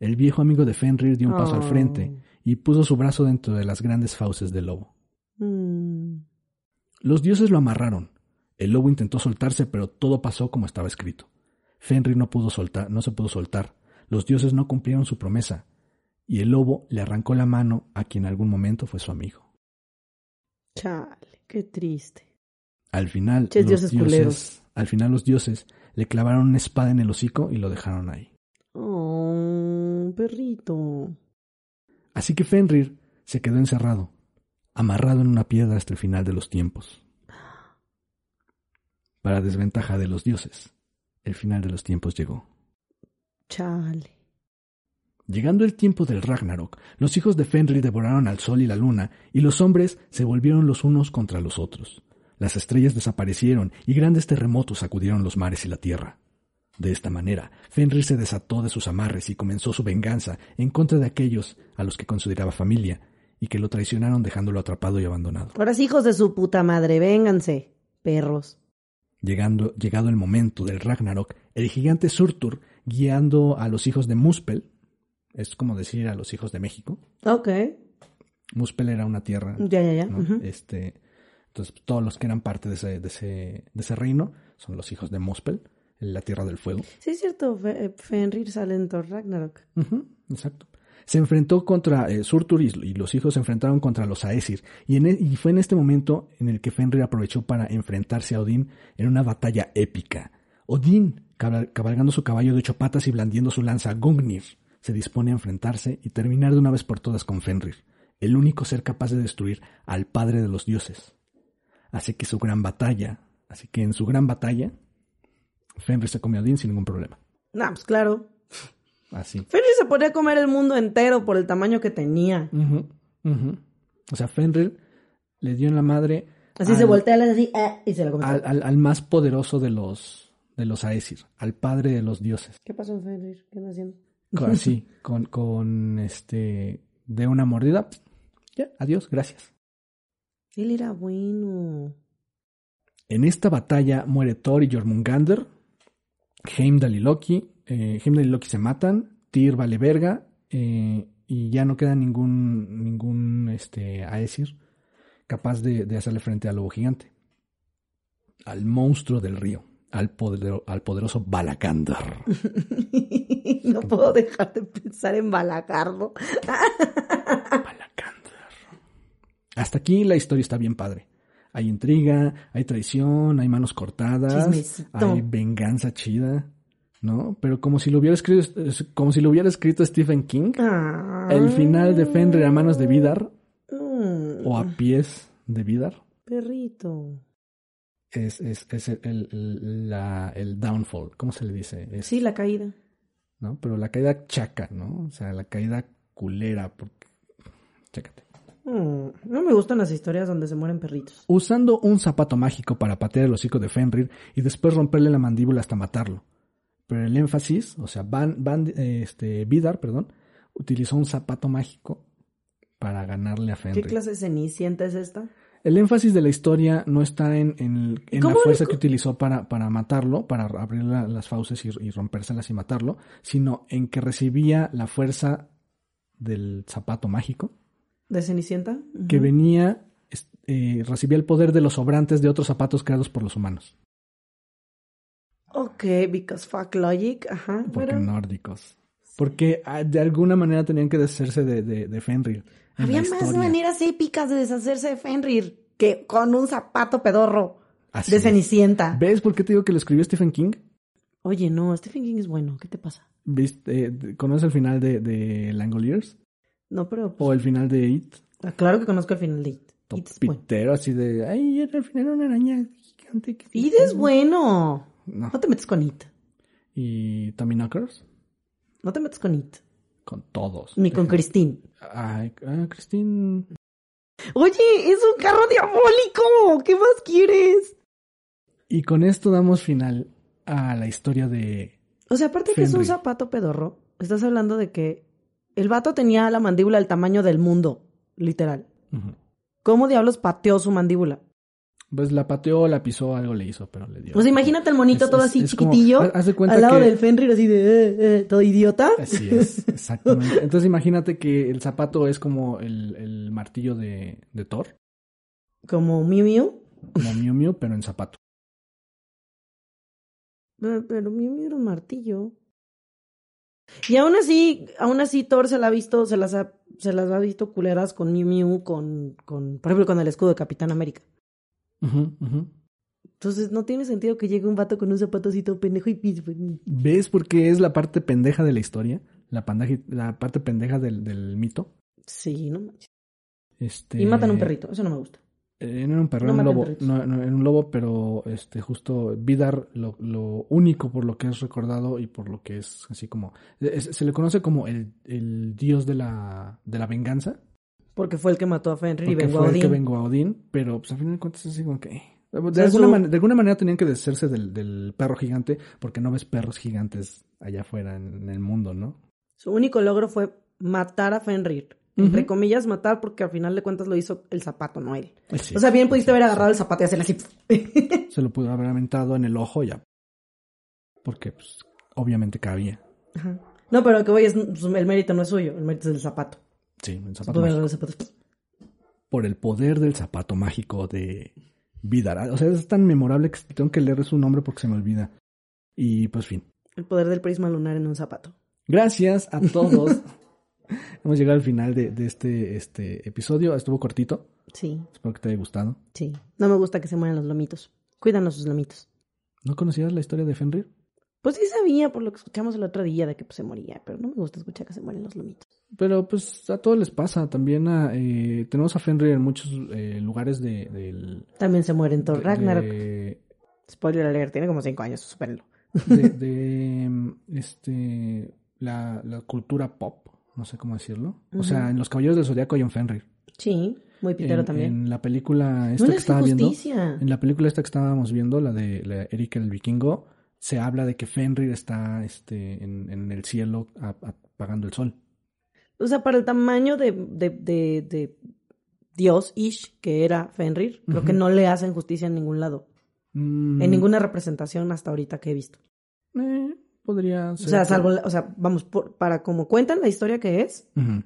Speaker 2: el viejo amigo de Fenrir, dio un paso al
Speaker 3: Oh.
Speaker 2: frente y puso su brazo dentro de las grandes fauces del lobo.
Speaker 3: Mm.
Speaker 2: Los dioses lo amarraron. El lobo intentó soltarse, pero todo pasó como estaba escrito. Fenrir no pudo soltar, no se pudo soltar. Los dioses no cumplieron su promesa y el lobo le arrancó la mano a quien en algún momento fue su amigo.
Speaker 3: Chale, qué triste.
Speaker 2: Al final,
Speaker 3: Ches
Speaker 2: los
Speaker 3: dioses culeros.
Speaker 2: al final los dioses le clavaron una espada en el hocico y lo dejaron ahí.
Speaker 3: Oh, perrito.
Speaker 2: Así que Fenrir se quedó encerrado, amarrado en una piedra hasta el final de los tiempos. Para desventaja de los dioses, el final de los tiempos llegó.
Speaker 3: Chale.
Speaker 2: Llegando el tiempo del Ragnarok, los hijos de Fenrir devoraron al sol y la luna, y los hombres se volvieron los unos contra los otros. Las estrellas desaparecieron y grandes terremotos sacudieron los mares y la tierra. De esta manera, Fenrir se desató de sus amarres y comenzó su venganza en contra de aquellos a los que consideraba familia y que lo traicionaron dejándolo atrapado y abandonado.
Speaker 3: Ahora sí, hijos de su puta madre, vénganse, perros.
Speaker 2: Llegando, llegado el momento del Ragnarok, el gigante Surtur, guiando a los hijos de Muspel, es como decir a los hijos de México,
Speaker 3: Ok,
Speaker 2: Muspel era una tierra,
Speaker 3: ya, ya, ya.
Speaker 2: ¿no?
Speaker 3: ujú.
Speaker 2: Este, entonces pues, todos los que eran parte de ese, de ese, de ese reino son los hijos de Muspel, la tierra del fuego.
Speaker 3: Sí, es cierto, Fe- eh, Fenrir sale en Thor Ragnarok.
Speaker 2: Ujú, exacto. Se enfrentó contra eh, Surtur y, y los hijos se enfrentaron contra los Aesir. Y, en e- y fue en este momento en el que Fenrir aprovechó para enfrentarse a Odín en una batalla épica. Odín, cabal- cabalgando su caballo de ocho patas y blandiendo su lanza Gungnir, se dispone a enfrentarse y terminar de una vez por todas con Fenrir, el único ser capaz de destruir al padre de los dioses. Así que su gran batalla, así que en su gran batalla, Fenrir se comió a Odín sin ningún problema.
Speaker 3: Nah, pues claro.
Speaker 2: Así.
Speaker 3: Fenrir se podría comer el mundo entero por el tamaño que tenía.
Speaker 2: Ujú, ujú. O sea, Fenrir le dio en la madre
Speaker 3: Así
Speaker 2: al,
Speaker 3: se voltea la- así eh, y se la come.
Speaker 2: al, al- al más poderoso de los de los Aesir, al padre de los dioses.
Speaker 3: ¿Qué pasó en Fenrir? ¿Qué anda haciendo?
Speaker 2: Con- Así, con, con este de una mordida. pf, Ya, adiós, gracias.
Speaker 3: Él era bueno.
Speaker 2: En esta batalla muere Thor y Jormungandr, Heimdall y Loki, eh, Heimdall y Loki se matan, Tyr vale verga, eh, y ya no queda ningún, ningún este, Aesir capaz de, de hacerle frente al lobo gigante, al monstruo del río, al, poder- al poderoso Balakandar.
Speaker 3: no puedo dejar de pensar en Balagardo.
Speaker 2: Balakandar. Hasta aquí la historia está bien padre. Hay intriga, hay traición, hay manos cortadas,
Speaker 3: Chismecito.
Speaker 2: hay venganza chida, ¿no? Pero como si lo hubiera escrito, es como si lo hubiera escrito Stephen King, el final de Fenrir a manos de Vidar
Speaker 3: Mm,
Speaker 2: o a pies de Vidar
Speaker 3: Perrito.
Speaker 2: es, es, es el, el- la- el downfall, ¿cómo se le dice? Es-
Speaker 3: Sí, la caída.
Speaker 2: ¿no? Pero la caída chaca, ¿no? O sea, la caída culera, porque... Chécate.
Speaker 3: Mm, no me gustan las historias donde se mueren perritos.
Speaker 2: Usando un zapato mágico para patear el hocico de Fenrir y después romperle la mandíbula hasta matarlo. Pero el énfasis, o sea, Van, Van- eh, este, Vidar, perdón, utilizó un zapato mágico para ganarle a
Speaker 3: ¿Qué
Speaker 2: Fenrir.
Speaker 3: clase de cenicienta es esta?
Speaker 2: El énfasis de la historia no está en, en- en la
Speaker 3: ¿Cómo-
Speaker 2: fuerza que utilizó para, para matarlo, para abrir la- las fauces y, y rompérselas y matarlo, sino en que recibía la fuerza del zapato mágico,
Speaker 3: ¿De cenicienta?
Speaker 2: que
Speaker 3: Ujú.
Speaker 2: venía, es- eh, recibía el poder de los sobrantes de otros zapatos creados por los humanos,
Speaker 3: Ok, because fuck logic. Ajá.
Speaker 2: porque
Speaker 3: pero-
Speaker 2: nórdicos. Porque ah, de alguna manera tenían que deshacerse de, de, de Fenrir. en la
Speaker 3: Había más
Speaker 2: historia.
Speaker 3: maneras épicas de deshacerse de Fenrir que con un zapato pedorro
Speaker 2: Así
Speaker 3: de
Speaker 2: es.
Speaker 3: Cenicienta.
Speaker 2: ¿Ves por qué te digo que lo escribió Stephen King?
Speaker 3: Oye, no, Stephen King es bueno. ¿Qué te pasa?
Speaker 2: ¿Viste, eh, ¿Conoces el final de, de Langoliers?
Speaker 3: No, pero pues,
Speaker 2: ¿O el final de It?
Speaker 3: ah, claro que conozco el final de It. It es bueno.
Speaker 2: Pitero así de, ay, era al final una araña gigante. que-
Speaker 3: It es bueno.
Speaker 2: No.
Speaker 3: No te metes con It.
Speaker 2: Y Tommy Knockers,
Speaker 3: No te metes con It.
Speaker 2: con todos.
Speaker 3: Ni con Christine.
Speaker 2: Ay, ah, Christine.
Speaker 3: Oye, es un carro diabólico. ¿Qué más quieres?
Speaker 2: Y con esto damos final a la historia de...
Speaker 3: O sea, aparte que es un
Speaker 2: Fenrir.
Speaker 3: zapato pedorro, estás hablando de que el vato tenía la mandíbula del tamaño del mundo, literal.
Speaker 2: Ujú.
Speaker 3: ¿Cómo diablos pateó su mandíbula?
Speaker 2: Pues la pateó, la pisó, algo le hizo, pero le dio.
Speaker 3: O sea, Pues imagínate el monito
Speaker 2: Es-
Speaker 3: todo
Speaker 2: es-
Speaker 3: así
Speaker 2: es como-
Speaker 3: chiquitillo,
Speaker 2: haz- haz de cuenta
Speaker 3: al lado
Speaker 2: que-
Speaker 3: del Fenrir así de eh, eh, todo idiota.
Speaker 2: Así es, exactamente. Entonces imagínate que el zapato es como el, el martillo de, de Thor,
Speaker 3: Como Miu Miu.
Speaker 2: como Miu Miu, pero en zapato.
Speaker 3: Eh, Pero Miu Miu era un martillo. Y aún así, aún así Thor se la ha visto, se las ha, se las ha visto culeras con Miu Miu, con, con, por ejemplo, con el escudo de Capitán América.
Speaker 2: Ujú, ujú.
Speaker 3: Entonces no tiene sentido que llegue un vato con un zapatocito pendejo y pis.
Speaker 2: ¿Ves por qué es la parte pendeja de la historia? La, pandaje- la parte pendeja del, del mito.
Speaker 3: Sí, no manches.
Speaker 2: Este,
Speaker 3: Y matan a un perrito, eso no me gusta.
Speaker 2: Eh, no era un perro,
Speaker 3: No
Speaker 2: era un
Speaker 3: matan
Speaker 2: lobo.
Speaker 3: perritos.
Speaker 2: No, no, era un lobo, pero este, justo Vidar, lo, lo único por lo que es recordado y por lo que es así como. es- se le conoce como el, el dios de la, de la venganza.
Speaker 3: Porque fue el que mató a Fenrir y
Speaker 2: Porque
Speaker 3: vengó
Speaker 2: fue
Speaker 3: a
Speaker 2: el que
Speaker 3: Odín.
Speaker 2: vengó a Odín, pero pues al final de cuentas es así como que. eh. De,
Speaker 3: sea,
Speaker 2: alguna
Speaker 3: su-
Speaker 2: man- de alguna manera tenían que deshacerse del, del perro gigante, porque no ves perros gigantes allá afuera en, en el mundo, ¿no?
Speaker 3: Su único logro fue matar a Fenrir. Entre
Speaker 2: Ujú.
Speaker 3: comillas, matar, porque al final de cuentas lo hizo el zapato, no él.
Speaker 2: Sí.
Speaker 3: Pues O sea, bien pudiste haber agarrado el zapato y hacerle así.
Speaker 2: se lo pudo haber aventado en el ojo ya. Porque, pues, obviamente cabía.
Speaker 3: Ajá. No, pero lo que voy es, pues, el mérito no es suyo, el mérito es del zapato.
Speaker 2: Sí, en
Speaker 3: Se
Speaker 2: zapato
Speaker 3: pudo agarrar
Speaker 2: mágico.
Speaker 3: el zapato.
Speaker 2: Por el poder del zapato mágico de Vidar. O sea, es tan memorable que tengo que leer su nombre porque se me olvida. Y pues, fin.
Speaker 3: El poder del prisma lunar en un zapato.
Speaker 2: Gracias a todos. Hemos llegado al final de, de este, este episodio. Estuvo cortito.
Speaker 3: Sí,
Speaker 2: Espero que te haya gustado.
Speaker 3: sí. No me gusta que se mueran los lomitos. Cuídanos sus lomitos.
Speaker 2: ¿No conocías la historia de Fenrir?
Speaker 3: Pues sí sabía por lo que escuchamos el otro día de que pues, se moría, pero no me gusta escuchar que se mueren los lomitos.
Speaker 2: Pero pues a todos les pasa. También a, eh, tenemos a Fenrir en muchos eh, lugares de, del...
Speaker 3: También se mueren Thor
Speaker 2: de-
Speaker 3: Ragnarok.
Speaker 2: de-
Speaker 3: Spoiler alert, tiene como cinco años, supérenlo.
Speaker 2: de, de, mm, este la, la cultura pop, no sé cómo decirlo. O sea,
Speaker 3: Ujú.
Speaker 2: en Los Caballeros del Zodiaco y en Fenrir.
Speaker 3: Sí, muy pitero
Speaker 2: En,
Speaker 3: también.
Speaker 2: en la película esta
Speaker 3: no
Speaker 2: que
Speaker 3: les
Speaker 2: estaba
Speaker 3: hace
Speaker 2: viendo,
Speaker 3: justicia.
Speaker 2: en la película esta que estábamos viendo, la de la Eric el Vikingo, se habla de que Fenrir está este en, en el cielo a- a- apagando el sol.
Speaker 3: O sea, para el tamaño de, de, de, de Dios-ish que era Fenrir, creo que
Speaker 2: Ujú.
Speaker 3: no le hacen justicia en ningún lado.
Speaker 2: Mm,
Speaker 3: En ninguna representación hasta ahorita que he visto.
Speaker 2: eh, podría
Speaker 3: O
Speaker 2: ser.
Speaker 3: sea,
Speaker 2: que-
Speaker 3: salvo, la- o sea, vamos, por- para como cuentan la historia que es,
Speaker 2: Ujú.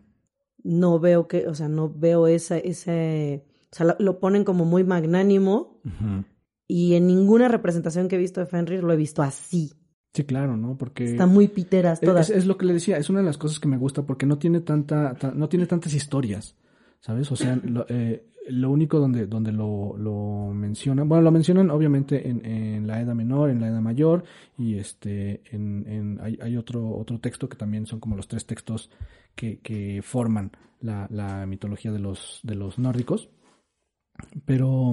Speaker 3: no veo que, o sea, no veo esa, ese, o sea, lo, lo ponen como muy magnánimo
Speaker 2: Ujú.
Speaker 3: y en ninguna representación que he visto de Fenrir lo he visto así.
Speaker 2: Sí, claro, ¿no? Porque
Speaker 3: Están muy piteras todas.
Speaker 2: Eh, Es, es lo que le decía, es una de las cosas que me gusta porque no tiene tanta, ta- no tiene tantas historias, ¿sabes? O sea, lo, eh, lo único donde, donde lo, lo mencionan, bueno, lo mencionan obviamente en, en la edad menor, en la edad mayor y este, en, en- hay, hay otro, otro texto que también son como los tres textos que, que forman la, la mitología de los, de los nórdicos, pero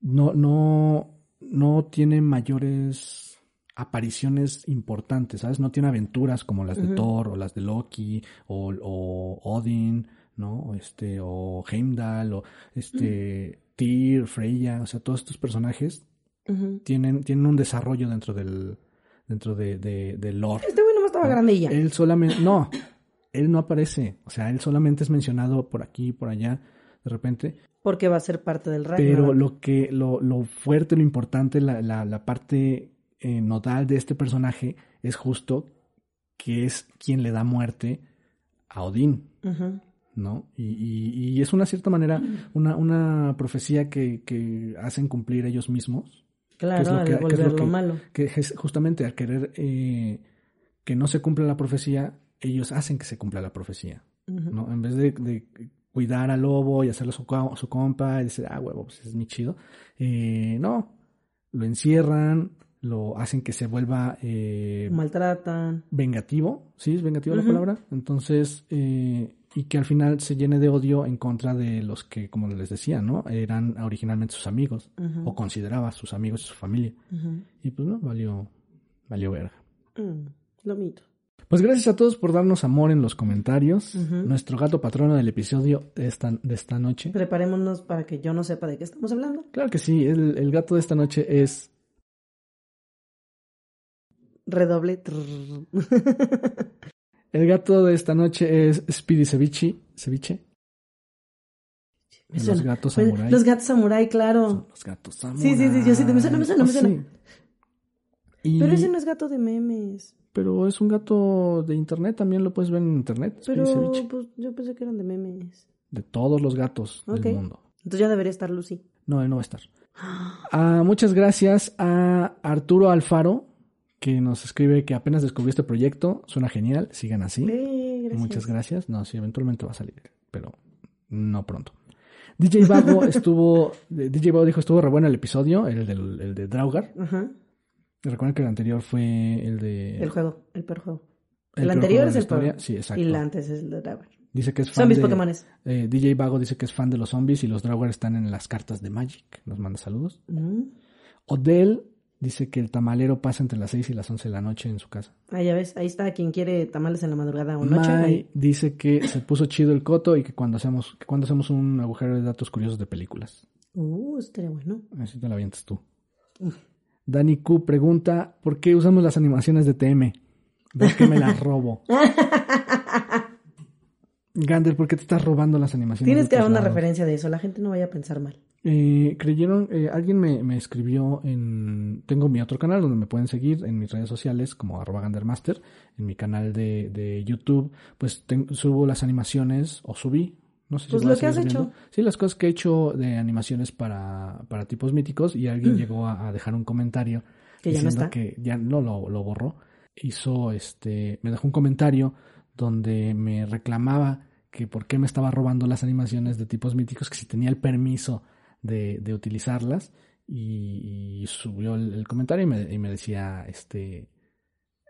Speaker 2: no, no, no tiene mayores apariciones importantes, ¿sabes? No tiene aventuras como las de
Speaker 3: Ujú.
Speaker 2: Thor o las de Loki o, o Odin, ¿no? O Este, o Heimdall o este, Tyr, Freya, o sea, todos estos personajes
Speaker 3: Ujú.
Speaker 2: tienen, tienen un desarrollo dentro del, dentro de, de, del lore.
Speaker 3: Este güey nomás estaba
Speaker 2: ¿no?
Speaker 3: grande y ya.
Speaker 2: Él solamente, no, él no aparece, o sea, él solamente es mencionado por aquí, por allá, de repente,
Speaker 3: Porque va a ser parte del Ragnarok.
Speaker 2: pero lo que, lo, lo fuerte, lo importante, la, la, la parte eh, nodal de este personaje es justo que es quien le da muerte a Odín,
Speaker 3: Ujú.
Speaker 2: ¿no? Y, y- y es una cierta manera, una, una profecía que, que hacen cumplir ellos mismos,
Speaker 3: Claro,
Speaker 2: lo
Speaker 3: al
Speaker 2: que- qué es lo
Speaker 3: volverlo
Speaker 2: que-
Speaker 3: malo.
Speaker 2: que es justamente al querer eh, que no se cumpla la profecía, ellos hacen que se cumpla la profecía,
Speaker 3: Ujú.
Speaker 2: ¿no? En vez de, de cuidar al lobo y hacerlo su, co- su compa y decir, ah, huevo, pues es mi chido. eh, no, lo encierran, lo hacen que se vuelva eh,
Speaker 3: Maltratan.
Speaker 2: vengativo, ¿sí? ¿Es vengativa la
Speaker 3: Ujú.
Speaker 2: palabra? Entonces, eh, y que al final se llene de odio en contra de los que, como les decía, ¿no? Eran originalmente sus amigos,
Speaker 3: Ujú.
Speaker 2: o consideraba sus amigos y su familia.
Speaker 3: Ujú.
Speaker 2: Y pues no, valió, valió verga.
Speaker 3: Mm, Lo mito.
Speaker 2: Pues gracias a todos por darnos amor en los comentarios.
Speaker 3: Ujú.
Speaker 2: Nuestro gato patrono del episodio de esta, de esta noche.
Speaker 3: Preparémonos para que yo no sepa de qué estamos hablando.
Speaker 2: Claro que sí, el, el gato de esta noche es
Speaker 3: Redoble. trrr.
Speaker 2: el gato de esta noche es Speedy Ceviche, ceviche.
Speaker 3: Me
Speaker 2: Los
Speaker 3: suena.
Speaker 2: gatos
Speaker 3: Pues,
Speaker 2: samurái.
Speaker 3: Los gatos samurái,
Speaker 2: Son
Speaker 3: claro.
Speaker 2: los gatos
Speaker 3: Sí, sí, sí, yo sí, me suena, me suena, me
Speaker 2: samuráis.
Speaker 3: suena.
Speaker 2: Oh, sí. Y-
Speaker 3: Pero ese no es gato de memes.
Speaker 2: pero es un gato de internet, también lo puedes ver en internet. Speedy
Speaker 3: Pero
Speaker 2: Ceviche.
Speaker 3: pues, yo pensé que eran de memes.
Speaker 2: De todos los gatos
Speaker 3: Ok.
Speaker 2: del mundo.
Speaker 3: Entonces ya debería estar Lucy.
Speaker 2: No, él no va a estar. Ah, muchas gracias a Arturo Alfaro, que nos escribe que apenas descubrió este proyecto. Suena genial, sigan así.
Speaker 3: Eh, gracias.
Speaker 2: Muchas gracias. No, sí, eventualmente va a salir, pero no pronto. DJ Vago estuvo, eh, DJ Vago dijo estuvo re bueno el episodio, el, del- el de Draugar.
Speaker 3: Ajá.
Speaker 2: Recuerden que el anterior fue el de...
Speaker 3: El juego, el peor juego.
Speaker 2: Eh. el
Speaker 3: El,
Speaker 2: peor
Speaker 3: anterior
Speaker 2: juego de
Speaker 3: es
Speaker 2: la
Speaker 3: el peor.
Speaker 2: historia. Sí, exacto.
Speaker 3: Y la antes es el de Dragon.
Speaker 2: Dice que es fan
Speaker 3: Son mis
Speaker 2: de-
Speaker 3: Pokémones.
Speaker 2: eh, DJ Vago dice que es fan de los zombies y los Draugar están en las cartas de Magic. Nos manda saludos.
Speaker 3: Mm.
Speaker 2: Odell dice que el tamalero pasa entre las 6 y las 11 de la noche en su casa.
Speaker 3: Ah, ya ves, ahí está quien quiere tamales en la madrugada o noche.
Speaker 2: Mai
Speaker 3: ahí.
Speaker 2: dice que se puso chido el coto y que cuando hacemos, que cuando hacemos un agujero de datos curiosos de películas.
Speaker 3: Uh, estaría bueno.
Speaker 2: Así te la avientas tú. Dani Q pregunta, ¿por qué usamos las animaciones de TM? ¿Por qué me las robo? Gander, ¿por qué te estás robando las animaciones?
Speaker 3: Tienes
Speaker 2: de
Speaker 3: que dar
Speaker 2: otros
Speaker 3: una
Speaker 2: lados?
Speaker 3: referencia de eso, la gente no vaya a pensar mal.
Speaker 2: Eh, creyeron, eh, alguien me, me escribió en, tengo mi otro canal donde me pueden seguir en mis redes sociales como arroba gandermaster, en mi canal de, de YouTube, pues ten- subo las animaciones o subí, no sé si
Speaker 3: Pues
Speaker 2: voy a
Speaker 3: lo que has
Speaker 2: seguir
Speaker 3: hecho.
Speaker 2: Sí, las cosas que he hecho de animaciones para, para tipos míticos y alguien llegó a, a dejar un comentario
Speaker 3: Que ya no
Speaker 2: diciendo
Speaker 3: está.
Speaker 2: que ya no lo, lo borró. Hizo este, me dejó un comentario donde me reclamaba que por qué me estaba robando las animaciones de tipos míticos, que si tenía el permiso de, de utilizarlas. Y, y subió el, el comentario y me, y me decía, este,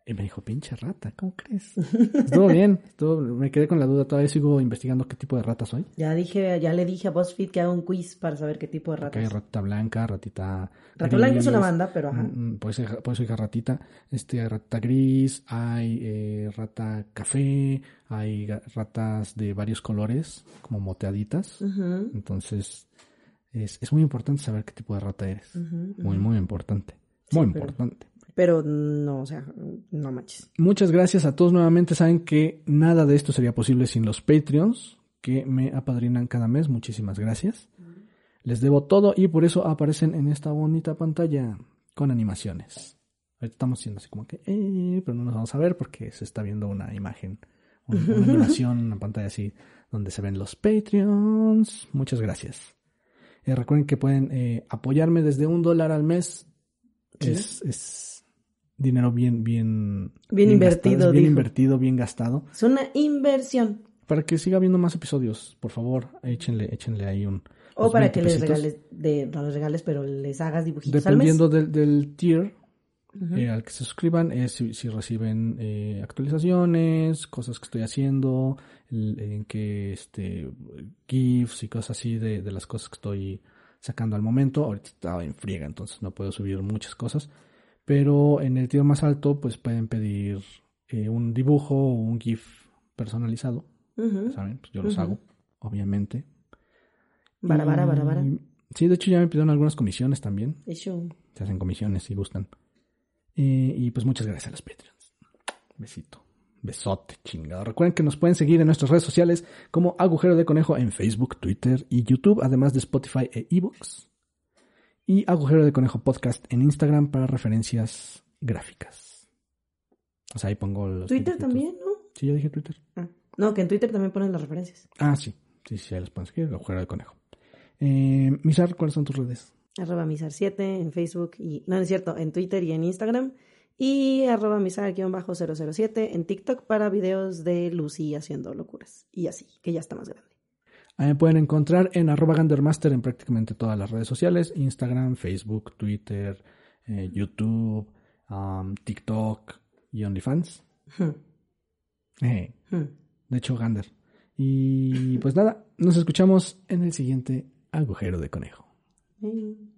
Speaker 2: y me dijo, pinche rata, ¿cómo crees? Estuvo bien, estuvo- me quedé con la duda, todavía sigo investigando qué tipo de rata soy.
Speaker 3: Ya dije, ya le dije a BuzzFeed que haga un quiz para saber qué tipo de
Speaker 2: Porque hay
Speaker 3: ratas.
Speaker 2: ratita blanca, ratita.
Speaker 3: Rato Blanco es una
Speaker 2: gris,
Speaker 3: banda, pero ajá.
Speaker 2: mm, mm, Puede ser, puede ser ratita. Este, hay ratita gris, hay eh, rata café, hay ga- ratas de varios colores, como moteaditas.
Speaker 3: Ujú,
Speaker 2: Entonces, es, es muy importante saber qué tipo de rata eres.
Speaker 3: ujú,
Speaker 2: Muy,
Speaker 3: Mm, ujú.
Speaker 2: muy importante.
Speaker 3: Sí,
Speaker 2: Muy
Speaker 3: pero-
Speaker 2: importante.
Speaker 3: Pero no, o sea, no manches.
Speaker 2: Muchas gracias a todos nuevamente. Saben que nada de esto sería posible sin los Patreons que me apadrinan cada mes. Muchísimas gracias. Les debo todo y por eso aparecen en esta bonita pantalla con animaciones. Ahorita estamos haciendo así como que, eh, pero no nos vamos a ver porque se está viendo una imagen, un- una, animación, una pantalla así donde se ven los Patreons. Muchas gracias. Eh, recuerden que pueden eh, apoyarme desde un dólar al mes.
Speaker 3: Sí.
Speaker 2: Es, es dinero bien, bien,
Speaker 3: Bien
Speaker 2: gastado,
Speaker 3: invertido,
Speaker 2: es bien
Speaker 3: dijo.
Speaker 2: invertido, bien gastado.
Speaker 3: Es una inversión.
Speaker 2: Para que siga habiendo más episodios, por favor, échenle, échenle ahí un.
Speaker 3: O
Speaker 2: los
Speaker 3: para
Speaker 2: 20
Speaker 3: que les
Speaker 2: pesitos.
Speaker 3: regales, de, no les regales, pero les hagas dibujitos al mes.
Speaker 2: Dependiendo del, del tier
Speaker 3: Ujú.
Speaker 2: eh, al que se suscriban, es si, si reciben eh, actualizaciones, cosas que estoy haciendo, el- en que este, GIFs y cosas así de, de las cosas que estoy sacando al momento. Ahorita estaba en friega, entonces no puedo subir muchas cosas. Pero en el tiro más alto, pues pueden pedir eh, un dibujo o un GIF personalizado.
Speaker 3: Ujú.
Speaker 2: ¿Saben? Pues yo los
Speaker 3: Ujú.
Speaker 2: hago, obviamente.
Speaker 3: Vara, vara, vara, vara.
Speaker 2: Y- Sí, de hecho ya me pidieron algunas comisiones también.
Speaker 3: Eso.
Speaker 2: Se hacen comisiones si gustan. Eh, y pues muchas gracias a los Patreons. Besito. Besote, chingado. Recuerden que nos pueden seguir en nuestras redes sociales como Agujero de Conejo en Facebook, Twitter y YouTube, además de Spotify e iVoox. Y Agujero de Conejo Podcast en Instagram para referencias gráficas. O sea, ahí pongo los.
Speaker 3: Twitter
Speaker 2: dibujitos.
Speaker 3: también, ¿no?
Speaker 2: Sí, ya dije Twitter.
Speaker 3: Ah, No, que en Twitter también ponen las referencias.
Speaker 2: Ah, sí. Sí, sí, ahí los pueden seguir. Agujero de Conejo. Eh, Mizar, ¿cuáles son tus redes?
Speaker 3: Arroba Misar7 en Facebook y. No, no es cierto, en Twitter y en Instagram. Y arroba Misar-007 en TikTok para videos de Lucy haciendo locuras. Y así, que ya está más grande.
Speaker 2: Ahí me pueden encontrar en arroba Gandermaster en prácticamente todas las redes sociales, Instagram, Facebook, Twitter, eh, YouTube, um, TikTok y OnlyFans.
Speaker 3: Hmm,
Speaker 2: Eh, de hecho, Gander. Y pues nada, nos escuchamos en el siguiente agujero de conejo.
Speaker 3: Mm.